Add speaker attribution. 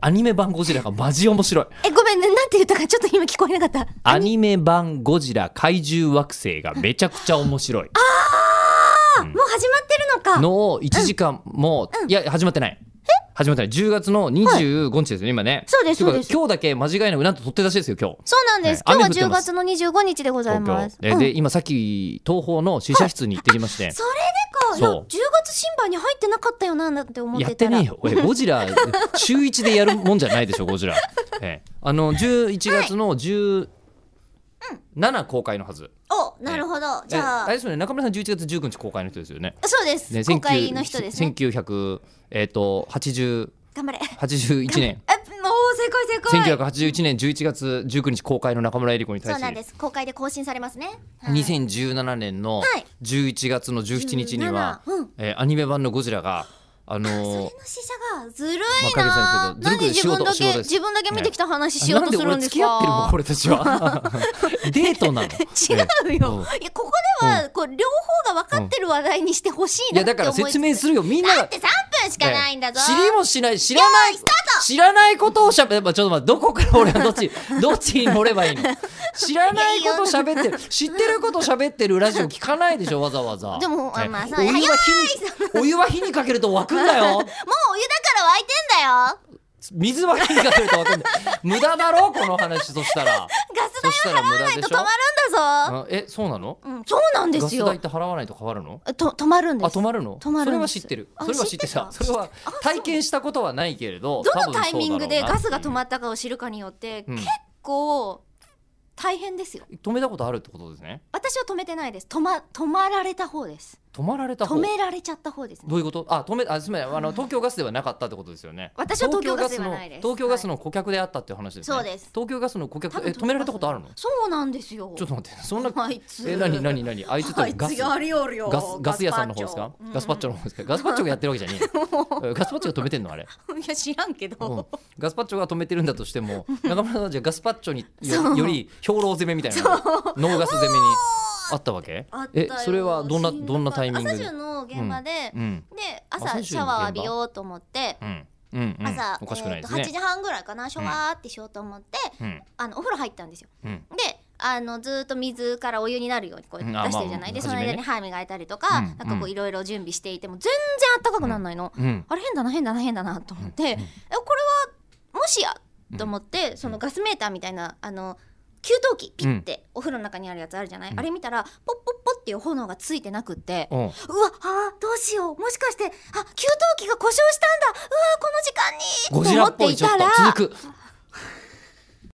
Speaker 1: アニメ版ゴジラがマジ面白い。
Speaker 2: え、ごめんね、なんて言ったかちょっと今聞こえなかった。
Speaker 1: アニメ版ゴジラ怪獣惑星がめちゃくちゃ面白い
Speaker 2: もう始まってるのか。
Speaker 1: の1時間も、いや始まってない始まってない10月の25日ですよね、今ね
Speaker 2: そうで
Speaker 1: と
Speaker 2: す
Speaker 1: いか
Speaker 2: そうです
Speaker 1: 今日だけ間違いなくなんと取って出しですよ今日
Speaker 2: そうなんです。
Speaker 1: ね
Speaker 2: 今
Speaker 1: 雨降っ
Speaker 2: 日
Speaker 1: て
Speaker 2: は10
Speaker 1: ます
Speaker 2: 月の25日でございま
Speaker 1: 東
Speaker 2: す。
Speaker 1: 京で,、
Speaker 2: うん
Speaker 1: で今さっき東宝の試写室に行ってきまして
Speaker 2: それでか、いや、
Speaker 1: そう
Speaker 2: 10月新版に入ってなかったよな、なんて思っ
Speaker 1: やってて
Speaker 2: たら。
Speaker 1: ねえよ俺ゴジラ 週1でやるもんじゃないでしょゴジ ラ、ええあの11月の17公開のはず、
Speaker 2: お、なるほど。じゃ
Speaker 1: え
Speaker 2: あ
Speaker 1: あれ、ですよね中村さん11月19日公開の人ですよね
Speaker 2: そうです。
Speaker 1: ね、
Speaker 2: 今回の人ですね。
Speaker 1: 1900えっ、と80
Speaker 2: 頑張れ。え、
Speaker 1: 81年
Speaker 2: もう正解正解。
Speaker 1: 1981年11月19日公開の中村江里子に対
Speaker 2: そう
Speaker 1: し
Speaker 2: なんで
Speaker 1: て
Speaker 2: す。公開で更新されますね。はい
Speaker 1: 2017年の
Speaker 2: はい
Speaker 1: 11月の17日には、
Speaker 2: 17うん
Speaker 1: えーアニメ版の「ゴジラ」があの
Speaker 2: それ
Speaker 1: ー
Speaker 2: の試写がずるい
Speaker 1: まあ
Speaker 2: な。
Speaker 1: 影さんですけどずる
Speaker 2: なん
Speaker 1: く
Speaker 2: で自分
Speaker 1: 仕事
Speaker 2: だ
Speaker 1: 仕
Speaker 2: け
Speaker 1: 事です
Speaker 2: 自分だけ見てきた話しよう
Speaker 1: な
Speaker 2: と
Speaker 1: んです
Speaker 2: る
Speaker 1: 俺
Speaker 2: んです
Speaker 1: 付
Speaker 2: か。
Speaker 1: き合ってるの俺たちは デートなの
Speaker 2: 違うよ。いやここではこう両方が分かってる話題にしてほしい
Speaker 1: い
Speaker 2: な
Speaker 1: や
Speaker 2: って
Speaker 1: だから
Speaker 2: 思いつつ
Speaker 1: 説明するよみんな
Speaker 2: だっ
Speaker 1: が
Speaker 2: て三分しかないんだぞ。
Speaker 1: 知りもしない知らない
Speaker 2: よーいスタ ー
Speaker 1: 知らないことをしゃべっぱちょっと待ってどこから俺はどっち どっちに乗ればいいの知らないことしゃべってる知ってることしゃべってるラジオ聞かないでしょわざわざ
Speaker 2: でもあまあそう
Speaker 1: お湯は火にお湯は火にかけると沸くんだ よ
Speaker 2: もうお湯だから沸いてんだよ。
Speaker 1: 水は火にかけると沸くんだよ無駄だろこの話そしたら
Speaker 2: ガス
Speaker 1: そしたら無駄
Speaker 2: 代
Speaker 1: で
Speaker 2: と
Speaker 1: し
Speaker 2: 止ま
Speaker 1: ょ
Speaker 2: るんだぞ。
Speaker 1: あえそうなの
Speaker 2: うん、そうなんで
Speaker 1: ガ
Speaker 2: す
Speaker 1: ス
Speaker 2: よ
Speaker 1: 代っ。て払わないと変わるの
Speaker 2: と止まるん
Speaker 1: あ
Speaker 2: です。
Speaker 1: 止まるの
Speaker 2: 止まるんです
Speaker 1: それは知ってる
Speaker 2: あ
Speaker 1: それは知ってた
Speaker 2: 知
Speaker 1: そ
Speaker 2: ってた
Speaker 1: れは体験したことはないけれど
Speaker 2: どのタイミングでガスが止ま
Speaker 1: っ
Speaker 2: ったかを知るかによって、
Speaker 1: うん
Speaker 2: 結構大変ですよ。
Speaker 1: 止めたことあるってことですね
Speaker 2: 私は止めてないです。止ま止まられた方です。
Speaker 1: 止まられた方
Speaker 2: 止められちゃった方ですね。
Speaker 1: どういうことあ止めあすみませんあの 東京ガスではなかったってことですよね
Speaker 2: 私は東京ガスでは
Speaker 1: の
Speaker 2: ないです
Speaker 1: 東京ガスの顧客であったっていう話ですね
Speaker 2: そうです
Speaker 1: 東京ガスの顧客
Speaker 2: 多分
Speaker 1: え止められたことあるの
Speaker 2: そうなんですよ。
Speaker 1: ちょっと待ってそんな
Speaker 2: あいつ
Speaker 1: え何何何あいつって
Speaker 2: あい
Speaker 1: ガ
Speaker 2: つ
Speaker 1: ス
Speaker 2: やりおるよ。
Speaker 1: ガスガス屋さんの方ですかガスパッチョ
Speaker 2: の。
Speaker 1: の方ですかガスパッチョがやってるわけじゃねえ よガスパッチョが止めてんのあれ
Speaker 2: うん いや知らんけ
Speaker 1: う
Speaker 2: ど
Speaker 1: ん。ガスパッチョが止めてるんだとしても中村さんはじゃあガスパッチョによより兵糧攻めみたいなノーガス 攻めにあったわけ
Speaker 2: あったよ
Speaker 1: えそれはどんな
Speaker 2: しど
Speaker 1: どんなタイミング
Speaker 2: 朝
Speaker 1: で
Speaker 2: 中の現場で
Speaker 1: う、ん
Speaker 2: で
Speaker 1: 朝
Speaker 2: 朝
Speaker 1: 中
Speaker 2: シャワー浴びようと思って
Speaker 1: う。んうんうん
Speaker 2: 朝、
Speaker 1: おかしくないです
Speaker 2: え
Speaker 1: ね
Speaker 2: ーと8時半ぐらいかなシャワーってしようと思って、
Speaker 1: うん
Speaker 2: あのお風呂入ったんですよ
Speaker 1: うん
Speaker 2: であのずーっと水からお湯になるようにこう
Speaker 1: う
Speaker 2: 出
Speaker 1: んあ
Speaker 2: してるじゃない、
Speaker 1: まあ
Speaker 2: で
Speaker 1: 初
Speaker 2: その
Speaker 1: めね
Speaker 2: 間に歯磨いたりとか、
Speaker 1: うん
Speaker 2: なんかこ
Speaker 1: う
Speaker 2: うんいろいろ準備していても全然あったかくならないの、
Speaker 1: うん
Speaker 2: あれ変だな変だな変だなと思って、えこれはもしやと思って、そのガスメーターみたいなあの給湯器ピッてお風呂の中にあるやつあるじゃない、あれ見たらポッポッポっていう炎がついてなくって、
Speaker 1: うん
Speaker 2: うわあーどうしようもしかしてあ給湯器が故障したんだうわーこ
Speaker 1: ゴ
Speaker 2: の時間に
Speaker 1: ジラっぽいち
Speaker 2: と
Speaker 1: ょっ
Speaker 2: 思
Speaker 1: と
Speaker 2: っていたら
Speaker 1: 続く